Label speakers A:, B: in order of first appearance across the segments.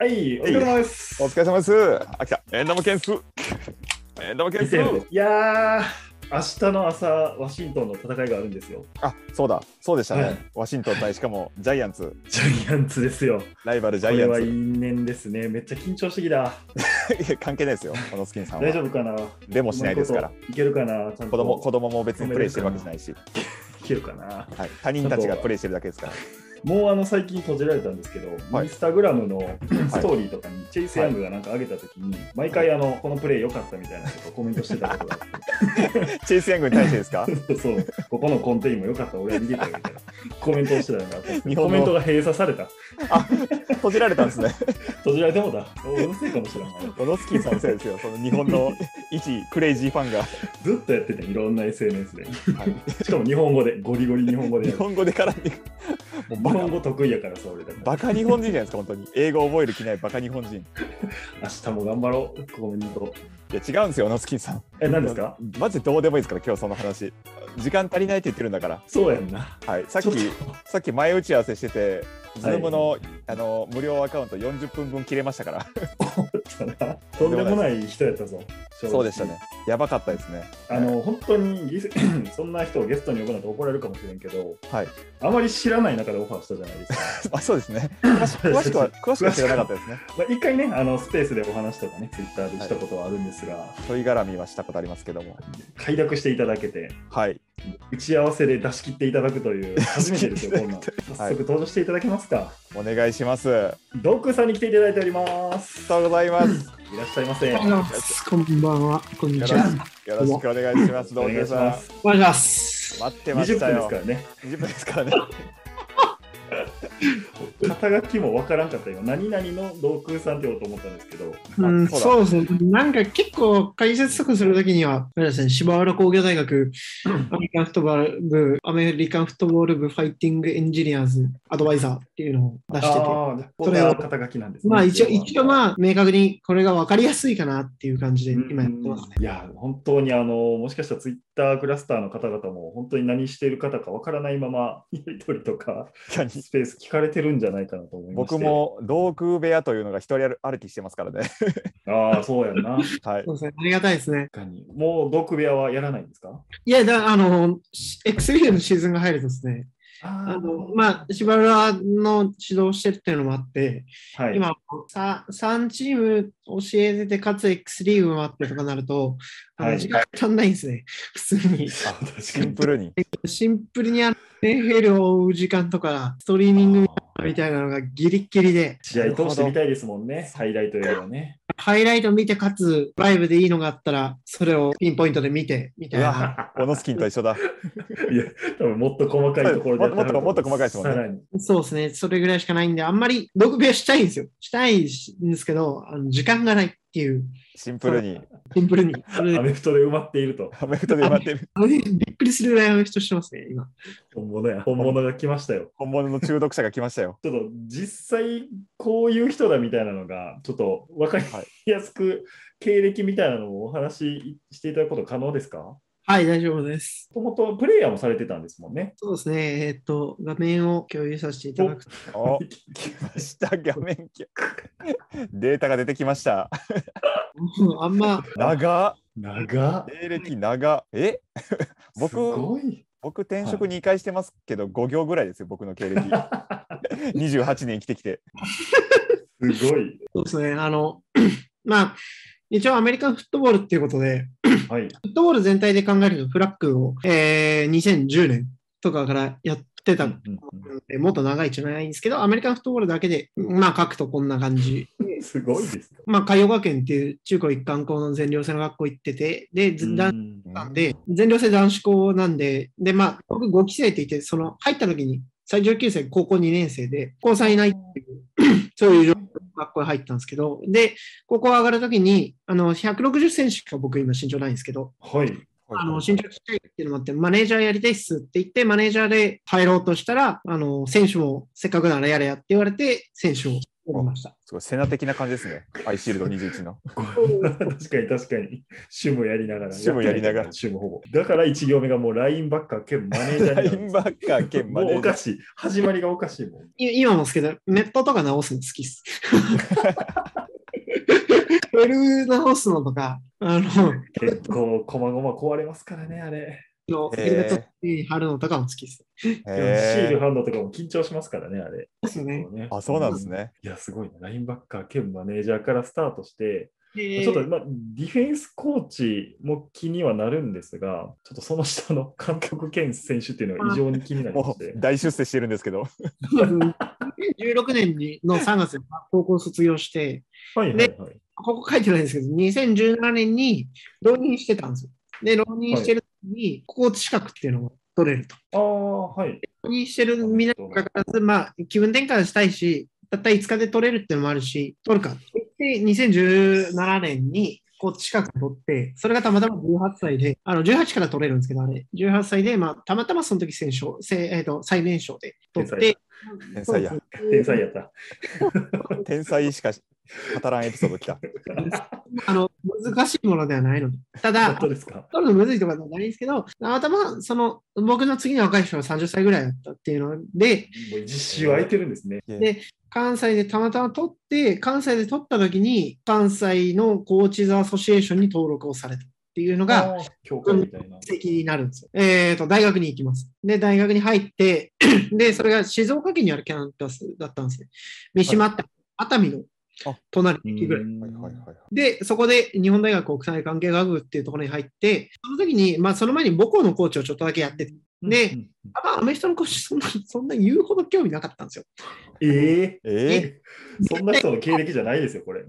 A: はい、お疲れ様です。
B: お疲れ様です。あ、来た。エンダム件数。エンダム件数。
A: いやー、明日の朝、ワシントンの戦いがあるんですよ。
B: あ、そうだ。そうでした
A: はい
B: ね。ワシントン対しかもジャイアンツ、
A: ジャイアンツですよ。
B: ライバルジ
A: こ
B: ャイ
A: れ
B: ア
A: は
B: ン
A: 因縁ですね。めっちゃ緊張してきた。
B: ツ。いや 関係ないですよ。このスキンさん
A: 大丈
B: は。
A: 夫かな
B: でもしないですから
A: うま。いこといけるかなちゃんと
B: 子供子供も別にプレイしてるわけじゃないし、
A: いけるかな
B: はい、他人たちがプレイしてるだけですから。
A: もうあの最近閉じられたんですけど、
B: は
A: イ
B: い
A: ンスタグラムのストーリーとかにチェイス・ヤングがなんか上げたときに、毎回あの、このプレイ良かったみたいなことをコメントしてたこ とがあっ
B: チェイス・ヤングに対してです か
A: て、そう、ここのコンテインも良かった、俺は見てたよみたいなコメントをしてたのがあったんですけ
B: 日
A: ど、
B: 本
A: コメン
B: の
A: トが閉鎖された。
B: 閉じられたんですね。
A: 閉じられてもだ。おうるせえかもしれない。
B: このスキンさんのせいですよ。その日本の一クレイジーファンが、
A: ずっとやってて、いろんな SNS で。
B: はい
A: しかも日本語で、ゴリゴリ日本語で
B: 日
A: やる。
B: 本語で絡んでくる
A: 日
B: もうバ
A: 本
B: カ
A: 語得意やからさ、俺だから。
B: バカ日本人じゃないですか、本当に。英語覚える気ないバカ日本人。い
A: 明日も頑張ろう、コメント。
B: や、違うんですよ、小野スキンさん。
A: え、何ですか
B: マジどうでもいいですから今日その話時間足りないって言ってるんだから、
A: そうやん な。
B: はい、さっ
A: ち
B: き
A: ょっ
B: さっき前打ち合わせしてて
A: はい
B: Zoom の,、あの無料アカウント40分分切れましたから
A: と思ったなとんでもない人やったぞ。正直
B: そうでしたね。やばかったですね
A: あの本当にゲス そんな人をゲストに呼ぶなんて怒られるかもしれんけど、
B: はい
A: あまり知らない中でオファーしたじゃないですか。
B: あそうですね詳し詳しくは詳しくは知らなかったですね
A: まあ、一回ね、あのスペースでお話とかね、ツイッターでしたことはあるんですが、
B: 問い絡みはしたことありますけども
A: 快諾していただけて、
B: はい
A: 打ち合わせで出し切っていただくと いう、初めてですよ、こんなん。早
B: はい
A: 速登場していただけますか。
B: お願いしますあ
A: ドックさんに来ていただいておりま
B: り
A: す。
B: がとうござい ます
A: いらっしゃいませ。
C: おはようございますこんばんは。こんにちは。
B: よろしくお願いします
A: お
B: どう
A: 願
B: ぞ
A: いし
B: さん
A: ます。
C: お願いします。
B: 待ってま
A: 20
B: した
A: 分です
B: よ
A: からね。
B: 20分ですからね
A: 肩書きもわからんかった今、何々のドックさんって言おうと思ったんですけど、
C: うん、
B: そうだ
C: そうですね。なんか結構解説とかするときには、あれですね、芝浦工業大学アメリカンフットボール部、アメリカンフットボール部ファイティングエンジニアーズアドバイザーっていうのを出してて、
A: ああ、こ
C: そ
A: れ
C: れを
A: は肩書きなんですね。
C: まあ一応、一応
A: あ、
C: まあ明確にこれが分かりやすいかなっていう感じで今やってますね。
A: いや、本当にあの、もしかしたらツイッタークラスターの方々も、本当に何している方かわからないまま、やりとりとか、
B: 確かに
A: スペース聞かれてるんじゃないかなと思いまして
B: 僕。も同空部屋というのが一人歩きしてますからね
A: ああ、そうやんな。確
B: はい
C: そうですね。ありがたいですね。
A: かに。もう、毒部屋はやらないんですか
C: いや、だあの、X3 のシーズンが入るとですね、あ
A: あ
C: の、まあ、芝浦の指導してるっていうのもあって、
A: あ、はい。
C: 今さ、3チーム教えてて、かつ X リーグもあってとかなると、あの
A: はい
C: 時間足んないんです ね、普通に。
A: あ、確
B: シンプルに
C: シンプルにあの NFL を追う時間とか、ストリーミングみたいなのがギリッギリで、
A: 試合通してみたいですもんね、ハイライトよりはね。
C: ハイライト見て、かつライブでいいのがあったら、それをピンポイントで見て、 みたいな。
B: オノスキンと一緒だ。
A: いや、多分もっと細かいところでやると思う
B: もっともっと細かいですもんね
A: さらに。
C: そうですね、それぐらいしかないんで、あんまり6秒したいんですよ。したいんですけど、あの時間がないっていう、
B: シンプルに。
C: シンプルに。それ
A: ア
C: で
A: メフトで埋まっていると。
B: アメフトで埋まってる。
C: あのびっくりするぐらいの人してますね、今。
A: 本物 や。本物が来ましたよ。
B: 本物の中毒者が来ましたよ。
A: ちょっと実際こういう人だみたいなのがちょっと分かりやすく経歴みたいなのをお話ししていただくこと可能ですかも
C: はい、大丈夫です。
A: ともとプレイヤーもされてたんですもんね。
C: そうですね、えっと、画面を共有させていただくと。
B: お、来ました。画面記データが出てきました。
C: うんあんま、
B: 長っ。
A: 長っ
B: 経歴長っ。え僕
A: すごい。
B: 僕転職2回してますけど、5行ぐらいですよ、僕の経 歴。28年生きてきて。
A: すごい。
C: そうですね、あの、 まあ、一応アメリカンフットボールっていうことで、
A: はい。
C: フットボール全体で考えるとフラッグを、えー2010年とかからやってたの
A: うん
C: で、もっと長いじゃないんですけど、アメリカンフットボールだけで、まあ、書くとこんな感じ。
A: うんすごいですね。
C: まあ、海洋学園っていう中高一貫校の全寮制の学校行ってて、で、ず男
A: うん
C: なんで、全寮制男子校なんで、で、まあ、僕5期生って言って、その、入った時に、最上級生、高校2年生で、高3いないっていう、そう いう状況の学校に入ったんですけど、で、高校上がる時に、あの、160センチしか僕今身長ないんですけど、
A: はい。
C: あの、身長ちっちゃいっていうのもあって、マネージャーやりたいっすって言って、マネージャーで入ろうとしたら、あの、選手もせっかくならやれやって言われて、選手を思いました。
B: すごい、セナ的な感じですね。アイシールド21の。
A: 確かに確かに。主務やりながら。
B: 主務やりながら
A: 主務ほぼ。だから1行目がもうラインバッカー兼マネージャ
B: ラ
A: ー
B: イ
A: に
B: ン
A: な
B: バッカー
A: る。
B: 兼マ
A: も
B: ネ
A: う
B: ー
A: お
B: ジャ
A: か
B: ー。
A: しい。始まりがおかしいもん。
C: い今もですけど、ネットとか直すの好き っす。ウェル直すのとか、あの、
A: 結構、こまごま壊れますからね、あれ。
C: の
B: へー
C: ヘルメットに貼るのとかも好きっす。
A: シー
B: へ
A: ル
B: ー
A: ハンドとかも緊張しますからね、あれ。
C: ですよね。
A: こうね
B: あ、そうなんです。ね。
A: いや、すごいな。ラインバッカー兼マネージャーからスタートして、
C: ち
A: ちょっと、まあ、ディフェンスコーチも気にはなるんですが、ちょっとその下の監督兼選手っていうのが異常に気になりま
B: も
A: し
B: う
A: て。
B: 大出世してるんですけど。
C: 2016年にの3月に高校を卒業して、
A: はいはいはい。
C: ここ書いてないんですけど、2017年に浪人してたんですよ。で、浪人してる時に、コーチ資格っていうのも取れると。
A: ああ、はい。
C: 浪人してるみんなにもかかわらず、まあ、気分転換したいし、たった5日で取れるっていうのもあるし、取るかって言って、2017年に、コーチ資格取って、それがたまたま18歳で、あの、18から取れるんですけど、あれ、18歳で、まあ、たまたまその時選奨、せえっ、と、最年少で取って、
B: 天才や。
A: 天才やった。
B: 天才しか語らんエピソードきた。
C: あの、難しいものではないので。ただ、
A: 本当ですか。
C: 取るのむずいとかではないんですけど、たまたま、その、僕の次の若い人が30歳ぐらいだったっていうので、
A: もう実習空いてるんですね。
B: で
C: 関西でたまたま取って、関西で取った時に、関西のコーチズアソシエーションに登録をされたっていうのが、
A: あー、教会みたいな。
C: 席になるんですよ。えっ、と、大学に行きます。で、大学に入って、 で、それが静岡県にあるキャンパスだったんですね。三島って、熱海の隣の駅ぐらい。
B: はいはいはいはい。
C: で、そこで日本大学国際関係学部っていうところに入って、その時に、まあ、その前に母校のコーチをちょっとだけやってて、で
A: うん
C: あんまアメフトのコーチ、そんな、そんな言うほど興味なかったんですよ。
A: うんえ
B: え
A: ー、そんな人の経歴じゃないですよ、これ。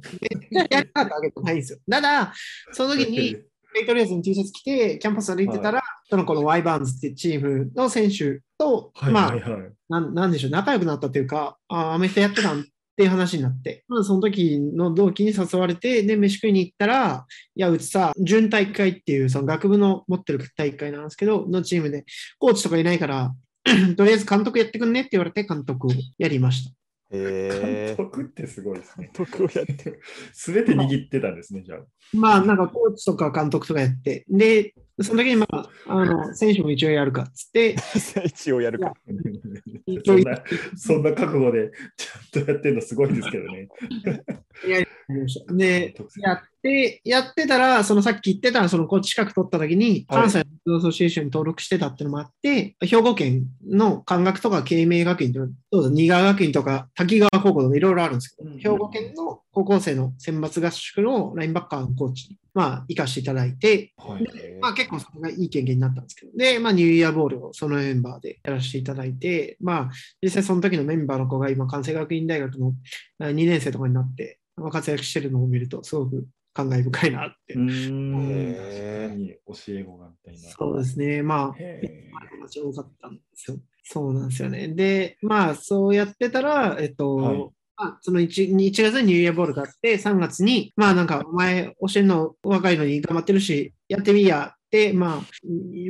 C: やりたかったわけじゃないんですよ。ただ、その時に、ペイトリアーズの T シャツ着て、キャンパス歩いてたら、そのこのワイバーンズっていうチームの選手と、
A: はい
C: ま
A: は
C: あ、
A: いはい。
C: なんなんでしょう、仲良くなったというか、あアメフトやってたんっていう話になって、まあ、その時の同期に誘われて、で、飯食いに行ったら、いや、うちさ、準大会っていう、その学部の持ってる大会なんですけど、のチームで、コーチとかいないから、とりあえず監督やってくんねって言われて、監督をやりました。
B: ー、
A: 監
B: えー、
A: 督ってすごいですね。
B: 監督をやって
A: すべて握ってたんですね、じゃあ。
C: まあ、なんかコーチとか監督とかやって、で、その時に、まあ、あの、選手も一応やるかっつって、
B: 一応やるか。
A: そんな、そんな覚悟でちゃんとやってるのすごいですけどね。
C: で、やって、やってたら、そのさっき言ってた、そのこっち資格取った時に、
A: はい
C: 関西のアソシエーションに登録してたってのもあって、兵庫県の関学とか慶明学院とか、どうぞ、新川学院とか、滝川高校とかいろいろあるんですけ
A: う
C: ど、
A: ん
C: 兵庫県の高校生の選抜合宿のラインバッカーのコーチに、まあ、行かせていただいて、
A: はい
C: まあ結構それがいい経験になったんですけど、で、まあニューイヤーボールをそのメンバーでやらせていただいて、まあ実際その時のメンバーの子が今、関西学院大学の2年生とかになって、まあ活躍してるのを見ると、すごく感慨深いなって。
A: うーん、
B: へー
A: 確かに教え子がみたいな。
C: そうですね、まあ、
A: へ
C: 話多かったんですよ。そうなんですよね。で、まあそうやってたら、えっと、
A: はい
C: まあ、その 1, 1月にニューイヤーボールがあって、3月に、まあなんか、お前、教えるの若いのに頑張ってるし、やってみいやって、まあ、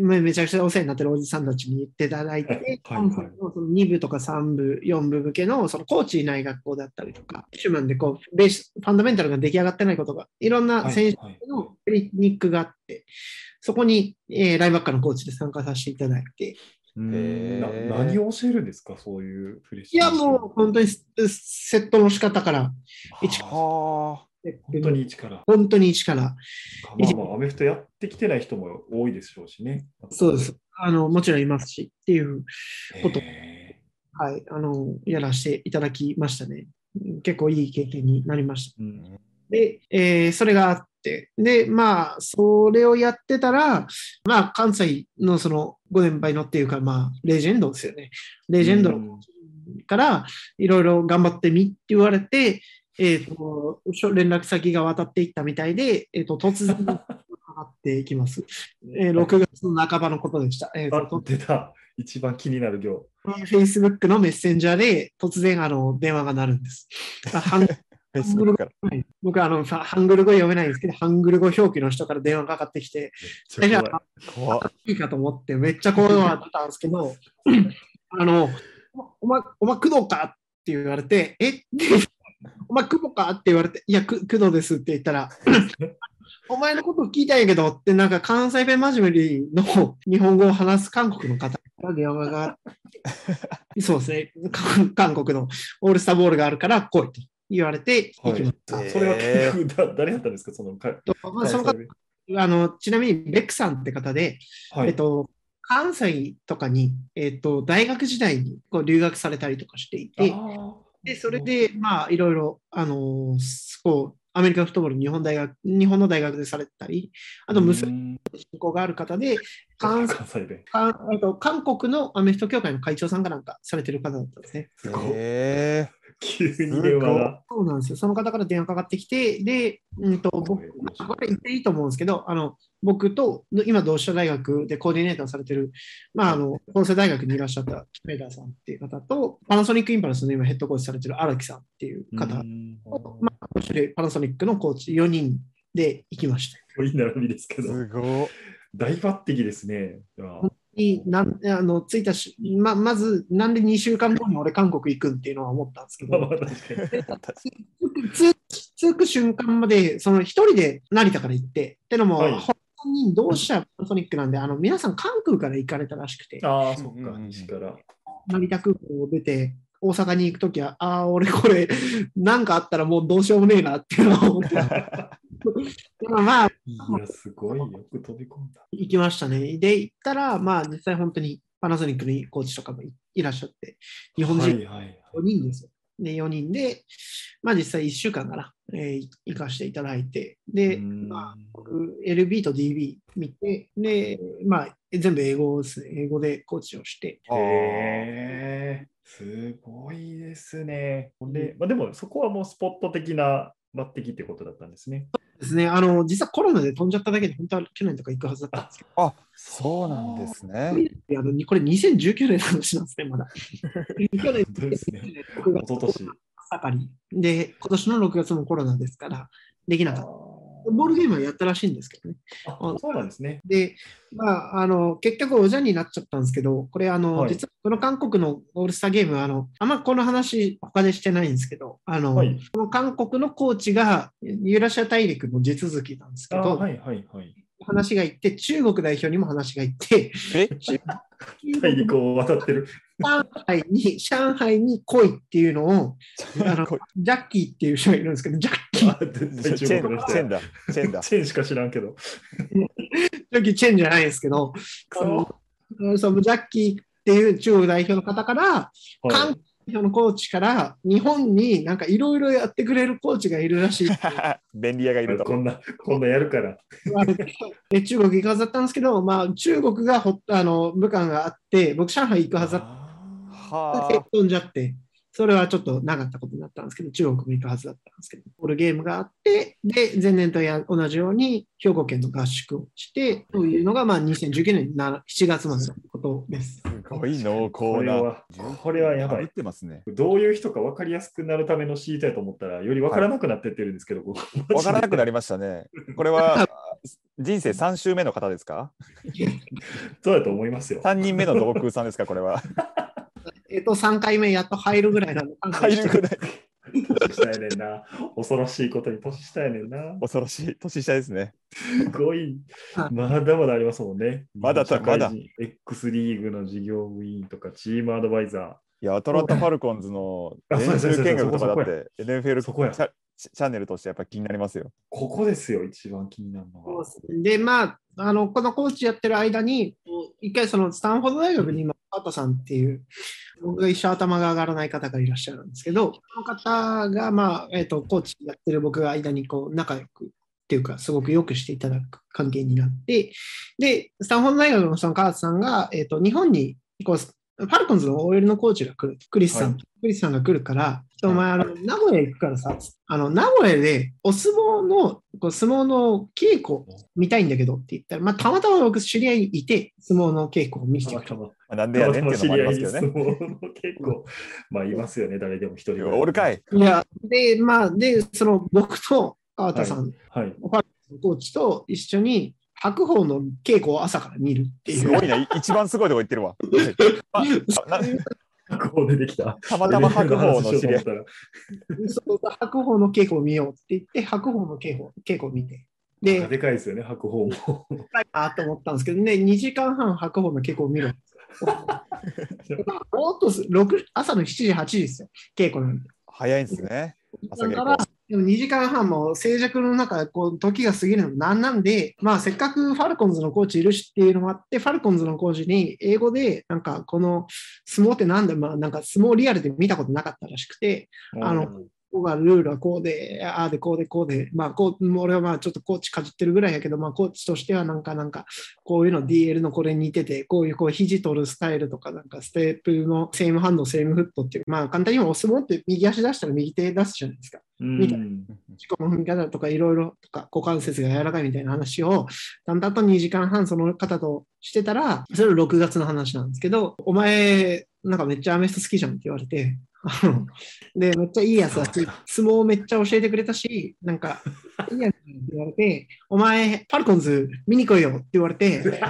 C: めめちゃくちゃお世話になってるおじさんたちに言っていただいて、
A: はいはい
C: そのその2部とか3部、4部向けの、そのコーチいない学校だったりとか、シュマンでこう、ベース、ファンダメンタルが出来上がってないことが、いろん
A: ー
C: な選手
A: はいはい
C: のクリニックがあって、そこに、えーライバッカーのコーチで参加させていただいて、
A: うーん
B: へー
A: な何を教えるんですか、そういうフレッシ
C: い
A: ュ
C: や、もう本当にセセットの仕方から、一
A: はあ
B: は
A: 本当に一から。
C: 本当に一から、
A: まあまあ、アメフトやってきてない人も多いでしょうしね。
C: そうです。あの、もちろんいますし、っていう、こと
A: へ
C: はい、あの、やらせていただきましたね。うん結構いい経験になりました。
A: ーう
B: ー
A: ん
C: で、えーそれがあって、で、まあ、それをやってたら、まあ、関西のその5年配のっていうか、まあ、レジェンドですよね。レジェンドのからいろいろ頑張ってみって言われて、えー、としょ連絡先が渡っていったみたいで、えー、と突然かかっていきます、えー6月の半ばのことでした。えー、
A: あ
C: と、
A: 出た。一番気になる行。
C: Facebook のメッセンジャーで突然あの電話が鳴るんです。あハン
B: フェイスブックから。
C: 僕あのさハングル語読めないんですけど、ハングル語表記の人から電話がかかってきて、
A: めっちゃ怖い
B: 怖っ
C: いいかと思って、めっちゃ怖いのあったんですけ ど、あの、おお前、お前、工藤かって言われて、えって お前、久保かって言われて、いや、く工藤ですって言った ら、お前のこと聞いたんやけどって、なんか関西弁真面目の日本語を話す韓国の方から電話があ って、そうですね、韓韓国のオールスターボールがあるから来いと言われて、行きました。
B: はい
A: それは結局だ、誰だったんですか、そのか、
C: とまあ、その方
A: はい
C: あのちなみに、ベックさんって方で、
A: はい
C: えっと、関西とかに、えっと、大学時代にこう留学されたりとかしてい
A: あ
C: て、
A: ー
C: でそれで、まあ、いろいろ、あのーすこうアメリカンフットボール日本大学、日本の大学でされてたり、あと、娘
A: うん
C: 子がある方で、
A: 関
C: 関
A: 西弁。
C: 韓えっと韓国のアメフト協会の会長さんがなんかされてる方だったんですね。
A: すごい。
B: え
A: 急に電話が。
C: そうなんですよ。その方から電話かかってきて、で、うんと、僕、これ言っていいと思うんですけど、あの、僕と、今、同志社大学でコーディネーターされてる、まあ、あの、法政大学にいらっしゃったキメダーさんっていう方と、パナソニックインパルスの今ヘッドコーチされてる荒木さんっていう方
A: う
C: と、
A: ん
C: まあ、こちらパナソニックのコーチ4人で行きました。
A: 多い並びですけ
B: ー、
A: ど、
B: すごい。
A: 大抜擢ですね。あー
C: になんあの着いたしままず、なんで2週間後に俺、韓国行くんっていうのは思ったんです け
A: まあ
C: ど
A: ま、あ確かに。
C: つ着く瞬間まで、その一人で成田から行って、ってのも、
A: はい
C: 本人同志社パナソニックなんで、あの皆さん関空から行かれたらしくて、
A: ああ、そっ
B: うんうん
A: か、
B: うん
A: 西から。
C: 成田空港を出て、大阪に行くときは、ああ、俺これ、なんかあったらもうどうしようもねえなっていうのを 思って、でもまあ、
A: いや、すごい。よく飛び込んだ。
C: 行きましたね。で、行ったら、まあ、実際本当にパナソニックのコーチとかもいいらっしゃって、日本
A: はい
C: 人
A: はいはい。
C: 4人ですよ。で、4人で、まあ実際1週間から、えーい行かせていただいて、で、
A: うん
C: まあ、僕 LB と DB 見て、で、まあ、全部英語ですね。英語でコーチをして。
A: へえ、すごいですね。ほんで、まあ、でもそこはもうスポット的な抜擢ってことだったんですね。
C: ですね。あの、実はコロナで飛んじゃっただけで、本当は去年とか行くはずだったんですけど、
B: そうなんですね。
C: あのこれ2019年の話なんですね、まだ。去年、
A: 本当ですね
C: 6
A: 一昨年。
C: 盛り。で、今年の6月もコロナですから、できなかった。ボールゲームはやったらしいんですけどね。
A: あそうなんですね。
C: で、まあ、あの、結局おじゃになっちゃったんですけど、これ、あの、
A: はい
C: 実はこの韓国のオールスターゲームは、あの、あんまこの話、他でしてないんですけど、あの、
A: はい。
C: この韓国のコーチが、ユーラシア大陸の地続きなんですけ
A: あ
C: ど、
A: はいはいはい。
C: 話が行って、中国代表にも話が行って、
B: え
A: 大陸を渡ってる。
C: 上海に、上海に来いっていうのを、あの
B: こい
C: ジャッキーっていう人がいるんですけど、ジャッキー
A: あ、全
B: チェ
A: 然
B: ンチ
A: 中国の人
B: ェン
A: や。
B: だ。チェンだ。
A: チェンしか知らんけど。
C: ジャッキーチェンじゃないですけど、そのそのジャッキーっていう中国代表の方から、
A: は
C: 韓
A: い
C: 国のコーチから日本になんかいろいろやってくれるコーチがいるらしいって
B: 便利屋がいると。
A: こんな、こんなやるから。
C: 言われて で中国行くはずだったんですけど、まあ、中国がほあの武漢があって僕上海行くはずだっ
A: あ
C: たん
B: は
C: ですけど飛んじゃってそれはちょっとなかったことになったんですけど中国も行くはずだったんですけどボールゲームがあってで前年とや同じように兵庫県の合宿をしてというのがまあ2019年な7月までのことです。
B: あ、すごい濃
A: ーこ
B: 厚
A: れ
B: な。
A: は、これはやば
B: 狂っ
A: い。
B: てますね。
A: どういう人か分かりやすくなるための知りたいと思ったら、より分からなくなってってるんですけど、僕
B: わからなくなりましたね。これは人生3週目の方ですか
A: そうだと思いますよ。
B: ?3 人目の同空さんですかこ れは。
C: えっと3回目やっと入るぐらいなのかな
B: 入るぐらい
A: 年下やねんな。恐ろしいことに年下やねんな。
B: 恐ろしい年下ですね。
A: すごい
C: は。い
A: まだまだありますもんね。
B: まだだ
A: 社会人
B: まだ
A: X リーグの事業部員とか、チームアドバイザ
B: いや、アトランタ・ファルコンズの
A: あそう
B: 練
A: です
B: 習見学とかだっ
A: そ
B: て
A: ー。
B: NFL
A: そこや。
B: チャチャンネルとしてやっぱ気になりますよ。
A: ここですよ、一番気になるの
C: そう
A: は
C: で。すねで、まあ、あのこのコーチやってる間に、こう一回そのスタンフォード大学に今、パトさんっていう、僕が一生頭が上がらない方がいらっしゃるんですけど、その方が、まあえっとコーチやってる僕が間にこう仲良くっていうか、すごくよくしていただく関係になって、で、スタンフォード大学のそのカーツさんが、えっと日本にこう、ファルコンズの OL のコーチが来る、クリスさん、
A: は
C: クリスさんが来るから、お前あの、名古屋行くからさ、あの名古屋でお相撲の、こう相撲の稽古見たいんだけどって言ったら、まあ、たまたま僕知り合いいて、相撲の稽古を見せて
A: たまた
C: くれた。
A: ま
B: まあ、なんで
A: た
B: や
A: また
B: ねんっ
A: ま
B: ていう
A: 知
B: のもあ
A: り
B: り
A: 合
B: ま
A: い
B: すけ
A: に
B: ど
A: 相
B: ね。
A: 撲の結構、まあいますよね、誰でも一人ぐら
B: おるかい。
C: いや、で、まあ、で、その僕と川田さん、
A: はい。
C: コーチと一緒に白鵬の稽古を朝から見るってい
B: す
C: う。
B: ごいな、い一番すごいとこ行ってるわ。あな
A: 白白鵬出てきた。
B: たまたま白鵬の知り合い。
A: い。
C: そう白鵬の稽古を見ようって言って、白鵬の稽古稽古を見て。で、
A: でかいですよね、白鵬も。
C: あーと思ったんですけどね、2時間半白鵬の稽古を見 る。もっとす6朝の7時、8時ですよ、稽古なんで。
B: 早いんですね。朝稽古
C: だから、でも2時間半も静寂の中、こう時が過ぎるのもなんなんで、まあ、せっかくファルコンズのコーチいるしっていうのもあって、ファルコンズのコーチに英語で、なんかこの相撲ってなんだ、まあ、なんか相撲リアルで見たことなかったらしくて、あの
A: うん
C: ここがルールはこうで、ああでこうでこうで、まあこう、俺はまあちょっとコーチかじってるぐらいやけど、まあコーチとしてはなんかなんか、こういうの DL のこれに似てて、こういうこう肘取るスタイルとか、なんかステップのセームハンド、セームフットっていう、まあ簡単にお相撲って右足出したら右手出すじゃないですか。
A: うん
C: みたいしかも踏み方とかいろいろとか股関節が柔らかいみたいな話を、だんだんと2時間半その方としてたら、それ6月の話なんですけど、お前、なんかめっちゃアメフト好きじゃんって言われて、あので、めっちゃいいやつだし、相撲をめっちゃ教えてくれたし、なんか、いいやつって言われて、お前、パルコンズ見に来いよって言われて、で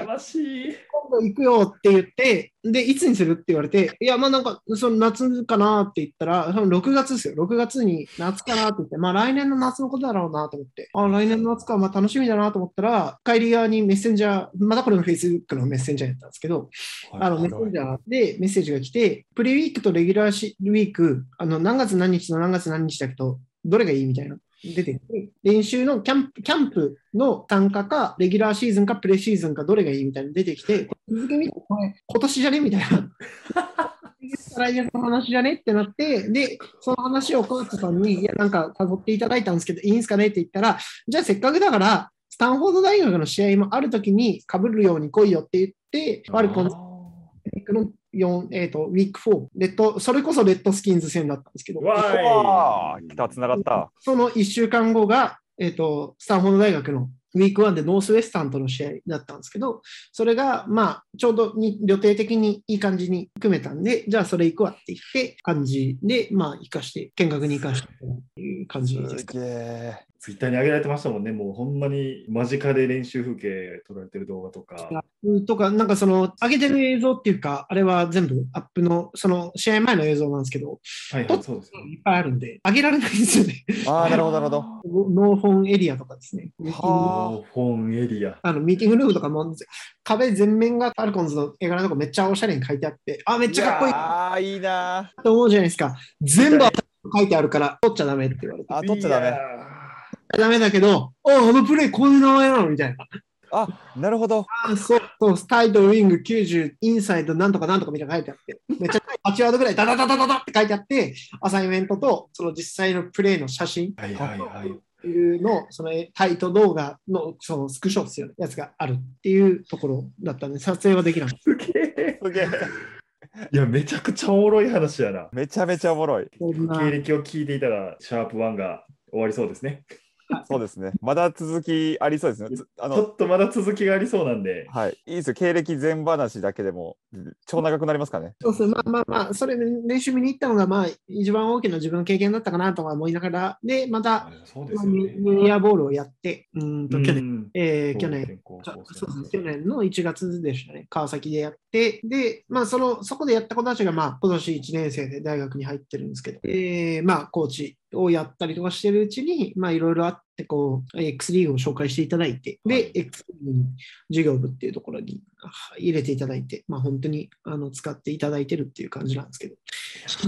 A: 羨ましい。
C: 今度行くよって言って、で、いつにするって言われて、いや、まあなんか、その夏かなって言ったら、その6月ですよ、6月に夏かなって言って、まあ来年の夏のことだろうなと思って、あ来年の夏か、まあ楽しみだなと思ったら、帰り側にメッセンジャー、またこれも Facebook のメッセンジャーやったんですけど、あのメッセンジャーでメッセージが来て、プレウィークとレギュラーシウィーク、あの何月何日と何月何日だけど、どれがいいみたいな。出てきて練習のキャンプキャンプの参加か、レギュラーシーズンか、プレシーズンか、どれがいいみたいなの出てきて、これ続け見て、これ今年じゃねみたいな。来年の話じゃねってなって、で、その話をコーチさんに、いや、なんか誘っていただいたんですけど、いいんですかねって言ったら、じゃあせっかくだから、スタンフォード大学の試合もあるときに被るように来いよって言って、ファルコンズウィークの4、えー、とウィーク4レッド、それこそレッドスキンズ戦だったんですけど、
B: わ
A: わ
B: ー、
A: ーい。
B: 来た、つながった。
C: その1週間後が、えー、とスタンフォード大学のウィーク1でノースウェスタンとの試合だったんですけど、それが、まあ、ちょうどに予定的にいい感じに組めたんで、じゃあそれ行くわって言って、感じで、まあ、行かして、見学に行かしてっていう感じです
B: す
C: か。
B: げえ。
A: ツイッターに上げられてましたもんね、もうほんまに間近で練習風景撮られてる動画とか。
C: とか、なんかその、上げてる映像っていうか、あれは全部アップの、その試合前の映像なんですけど、
A: はいはい、そうですよね。
C: いっぱいあるんで、上げられないんですよ ね。
B: ああ、なるほど、なるほど。
C: ノーフォンエリアとかですね。
B: はあ
A: おーフォンエリア。
C: あのミーティングルームとかも壁全面がファルコンズの絵柄とかめっちゃおしゃれに書いてあって、あ、めっちゃかっこいいな
B: ああ、いいな
C: と思うじゃないですか。全部書いてあるから取っちゃダメって言われて。
B: ー。あ、取っちゃダ
A: いや
B: メ。
C: ダメだけど、おあのプレイこういう名前なのみたいな。
B: あ、なるほど。
C: あそうそう、タイトルウィング90、インサイドなんとかなんとかみたいなの書いてあって、めっちゃ8ワードぐらいダダダダダダって書いてあって、アサイメントとその実際のプレイの写真
A: ーはいはいはい。
C: っていうのを、そのタイト動画のそのスクショですよね、やつがあるっていうところだったんで、撮影はできなかっ
A: すげえ。
B: すげえ。
A: いや、めちゃくちゃおもろい話やな。
B: めちゃめちゃおもろい。
C: た。そんな
A: 経歴を聞いていたら、シャープ1が終わりそうですね。
B: そうですね。まだ続きありそうですね。つあ
A: ちょ
B: の、
A: っとまだ続きがありそうなんで、
B: はい。いいですよ。経歴全話だけでも、超長くなりますからね。
C: そうですね、まあまあまあ、それ練習見に行ったのが、まあ、一番大きな自分の経験だったかなとか思いながら、で、また、
A: あそうで
C: まあ
A: すよ
C: ミ
A: ね。
C: ニアボールをやって、うーんと、去年、
A: 年、
C: えー去年、
A: 転校
C: ちょ
A: 校生
C: そうですね去年の1月でしたね、川崎でやって、で、まあ、そのそこでやった子たちが、まあ、今年1年生で大学に入ってるんですけど、えーまあ、コーチをやったりとかしてるうちに、まあ、いろいろあってこう、X リーグを紹介していただいて、で、
A: はい
C: X リーグに事業部っていうところにあ入れていただいて、まあ、本当にあの使っていただいてるっていう感じなんですけど、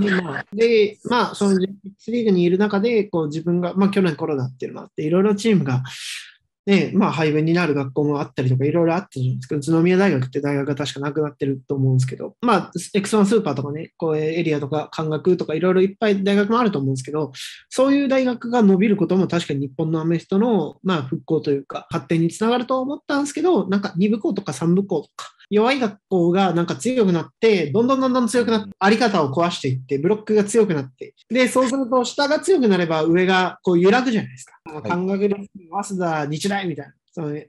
C: で、まあ、でまあ、その X リーグにいる中で、こう自分が、まあ、去年コロナっていうのもあって、いろいろチームが、ねまあ、廃部になる学校もあったりとか、いろいろあったじゃないですか。宇都宮大学って大学が確かなくなってると思うんですけど、まあ、エクソンスーパーとかね、こうエリアとか、関学とか、いろいろいっぱい大学もあると思うんですけど、そういう大学が伸びることも確かに日本のアメフトの、まあ、復興というか、発展につながると思ったんですけど、なんか2部校とか3部校とか、弱い学校がなんか強くなって、どんどんどんどん強くなって、あり方を壊していって、ブロックが強くなって、で、そうすると下が強くなれば上がこう揺らぐじゃないですか。
B: い
C: 感覚で、早稲田、日大みたいな。その
A: はい。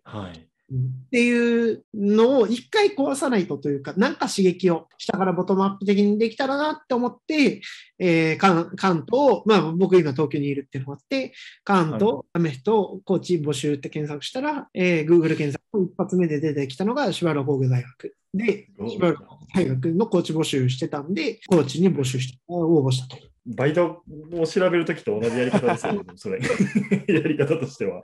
C: っていうのを一回壊さないとというか、なんか刺激を下からボトムアップ的にできたらなって思って、えー関関東、まあ僕今東京にいるっていうのがあって、関東、アメフト、コーチ募集って検索したら、えー Google 検索一発目で出てきたのが芝浦工具大学。で、芝浦工具大学のコーチ募集してたんで、コーチに募集して、応募したと。
A: バイトを調べるときと同じやり方ですよね、でもそれ。 やり方としては。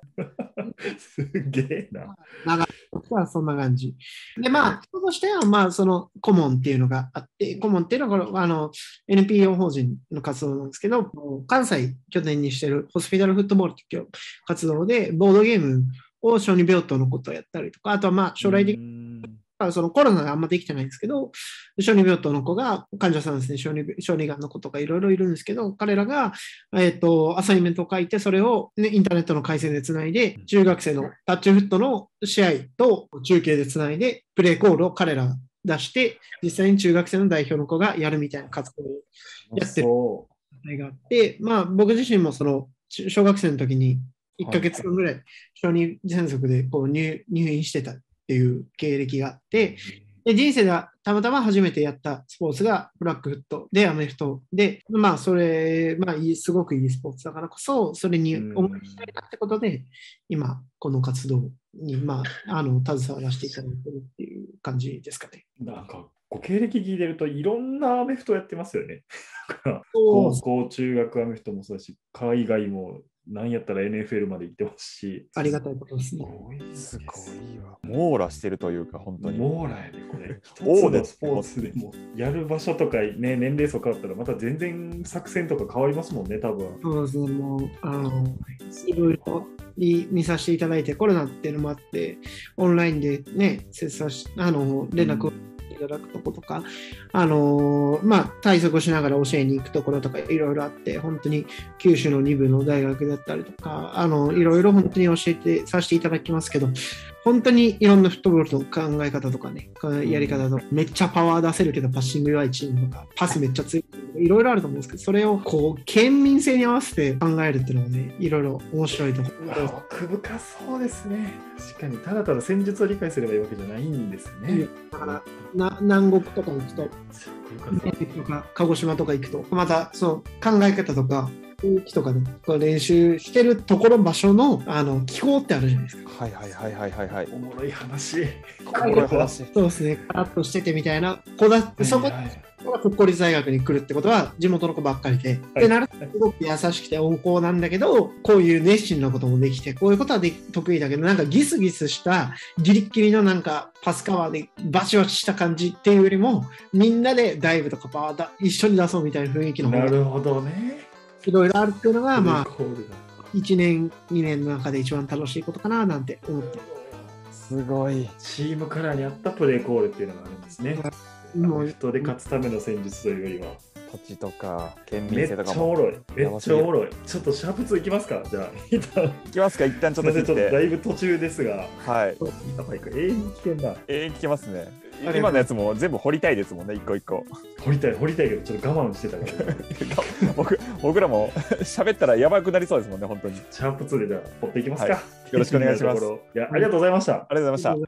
A: すげえな。
C: まあ、そんな感じ。で、まあ、人としては、まあ、その、顧問っていうのがあって、顧問っていうのは、これ、あの、NPO 法人の活動なんですけど、関西拠点にしてるホスピタルフットボールっていう活動で、ボードゲームを小児病棟のことをやったりとか、あとは、まあ、将来的に、
A: に。
C: そのコロナがあんまできてないんですけど、小児病棟の子が、患者さんですね、小児小児がんの子とかいろいろいるんですけど、彼らが、えっ、と、アサイメントを書いて、それを、ね、インターネットの回線でつないで、中学生のタッチフットの試合と中継でつないで、プレーコールを彼らが出して、実際に中学生の代表の子がやるみたいな活動やってる
A: そ
C: があって、まあ、僕自身もそのし小学生の時に1ヶ月間ぐらい小児喘息でこう入入院してたっていう経歴があってで人生ではたまたま初めてやったスポーツがブラックフットでアメフトでまあそれ、まあ、いいすごくいいスポーツだからこそそれに思いしたいなってことで今この活動に、まあ、あの携わらせていただいてるっていう感じですかね。
A: う。なんか、ご経歴聞いてると、いろんなアメフトやってますよね。
C: そう
A: 高校、中学アメフトもそうだし、海外も、なんやったら NFL まで行ってますし。
C: ありがたいことですね。
A: ごいです
B: す
A: ね
B: ごいわ。網羅してるというか、本当に。
A: 網羅やね、これ。一
B: 王
A: つの
B: で
A: ス
B: す
A: ポーツでも、やる場所とか、ね、年齢層変わったら、また全然作戦とか変わりますもんね、多分。
C: そうですね、もう、あの、いろいろ見見させていただいて、コロナっていうのもあって、オンラインでね、切磋しあの連絡をいただくとことか、あのまあ、対策をしながら教えに行くところとか、いろいろあって、本当に九州の2部の大学だったりとか、あのいろいろ本当に教えてさせていただきますけど、本当にいろんなフットボールの考え方とかね、やり方とか、めっちゃパワー出せるけど、パッシング弱いチームとか、パスめっちゃ強いチームとか、いろいろあると思うんですけど、それをこう、県民性に合わせて考えるっていうのはね、いろいろ面白いところ。
A: 奥深そうですね。確かに、ただただ戦術を理解すればいいわけじゃないんですね。
C: だからな南国とか行くと、
A: 奥深そう
C: とか鹿児島とか行くとまたその考え方とか空気とかでこう練習してるところ場所のあの気候ってあるじゃないですか。
B: はいはいはいはいはいはい。
A: おもろい話。
B: これ話。
C: そうですね、カラッとしててみたいな子だって、そこ
A: はいはい
C: が国公立大学に来るってことは、地元の子ばっかりで、
A: はい
C: でなるとすごく優しくて温厚なんだけど、こういう熱心なこともできて、こういうことはで得意だけど、なんかギスギスした、ギリッギリのなんかパスカワーでバチバチした感じっていうよりも、みんなでダイブとかパワーだ一緒に出そうみたいな雰囲気の方
A: な
C: が
A: るほどね。
C: いろいろあるっていうのが、まあ、
A: コールだ
C: 1年、2年の中で一番楽しいことかななんて思って、
B: すごい。
A: チームカラーに合ったプレーコールっていうのがあるんですね。
C: もう
A: 人で勝つための戦術というよりは。
B: 土地とか、県
A: め
B: 民
A: っち
B: 性
A: ゃ
B: とか
A: お
B: も。
A: もろい。め
B: やば
A: っ
B: す
A: ちゃお
B: ぎる
A: もろい。ちょっとシャープ2いきますか。じゃあ、一旦
B: いきますか、一旦ちょっと
A: すいませんちょ
B: 切っ
A: っとだ
B: て。
A: いぶ途中ですが、
B: はい。
A: やばいこれ永遠に危険だ。
B: えー、聞きますね
C: あ。れ
B: 今のやつも全部掘りたいですもんね、一個一個。
A: 掘りたい、掘りたいけど、ちょっと我慢してたから。
B: 僕僕らも 喋ったらやばくなりそうですもんね、本当に。よ
A: シャープ2でじゃあ、掘っていきますか。
B: はいろしくお願いします。あり
A: いや、ありがとうございました。
B: がとうございました。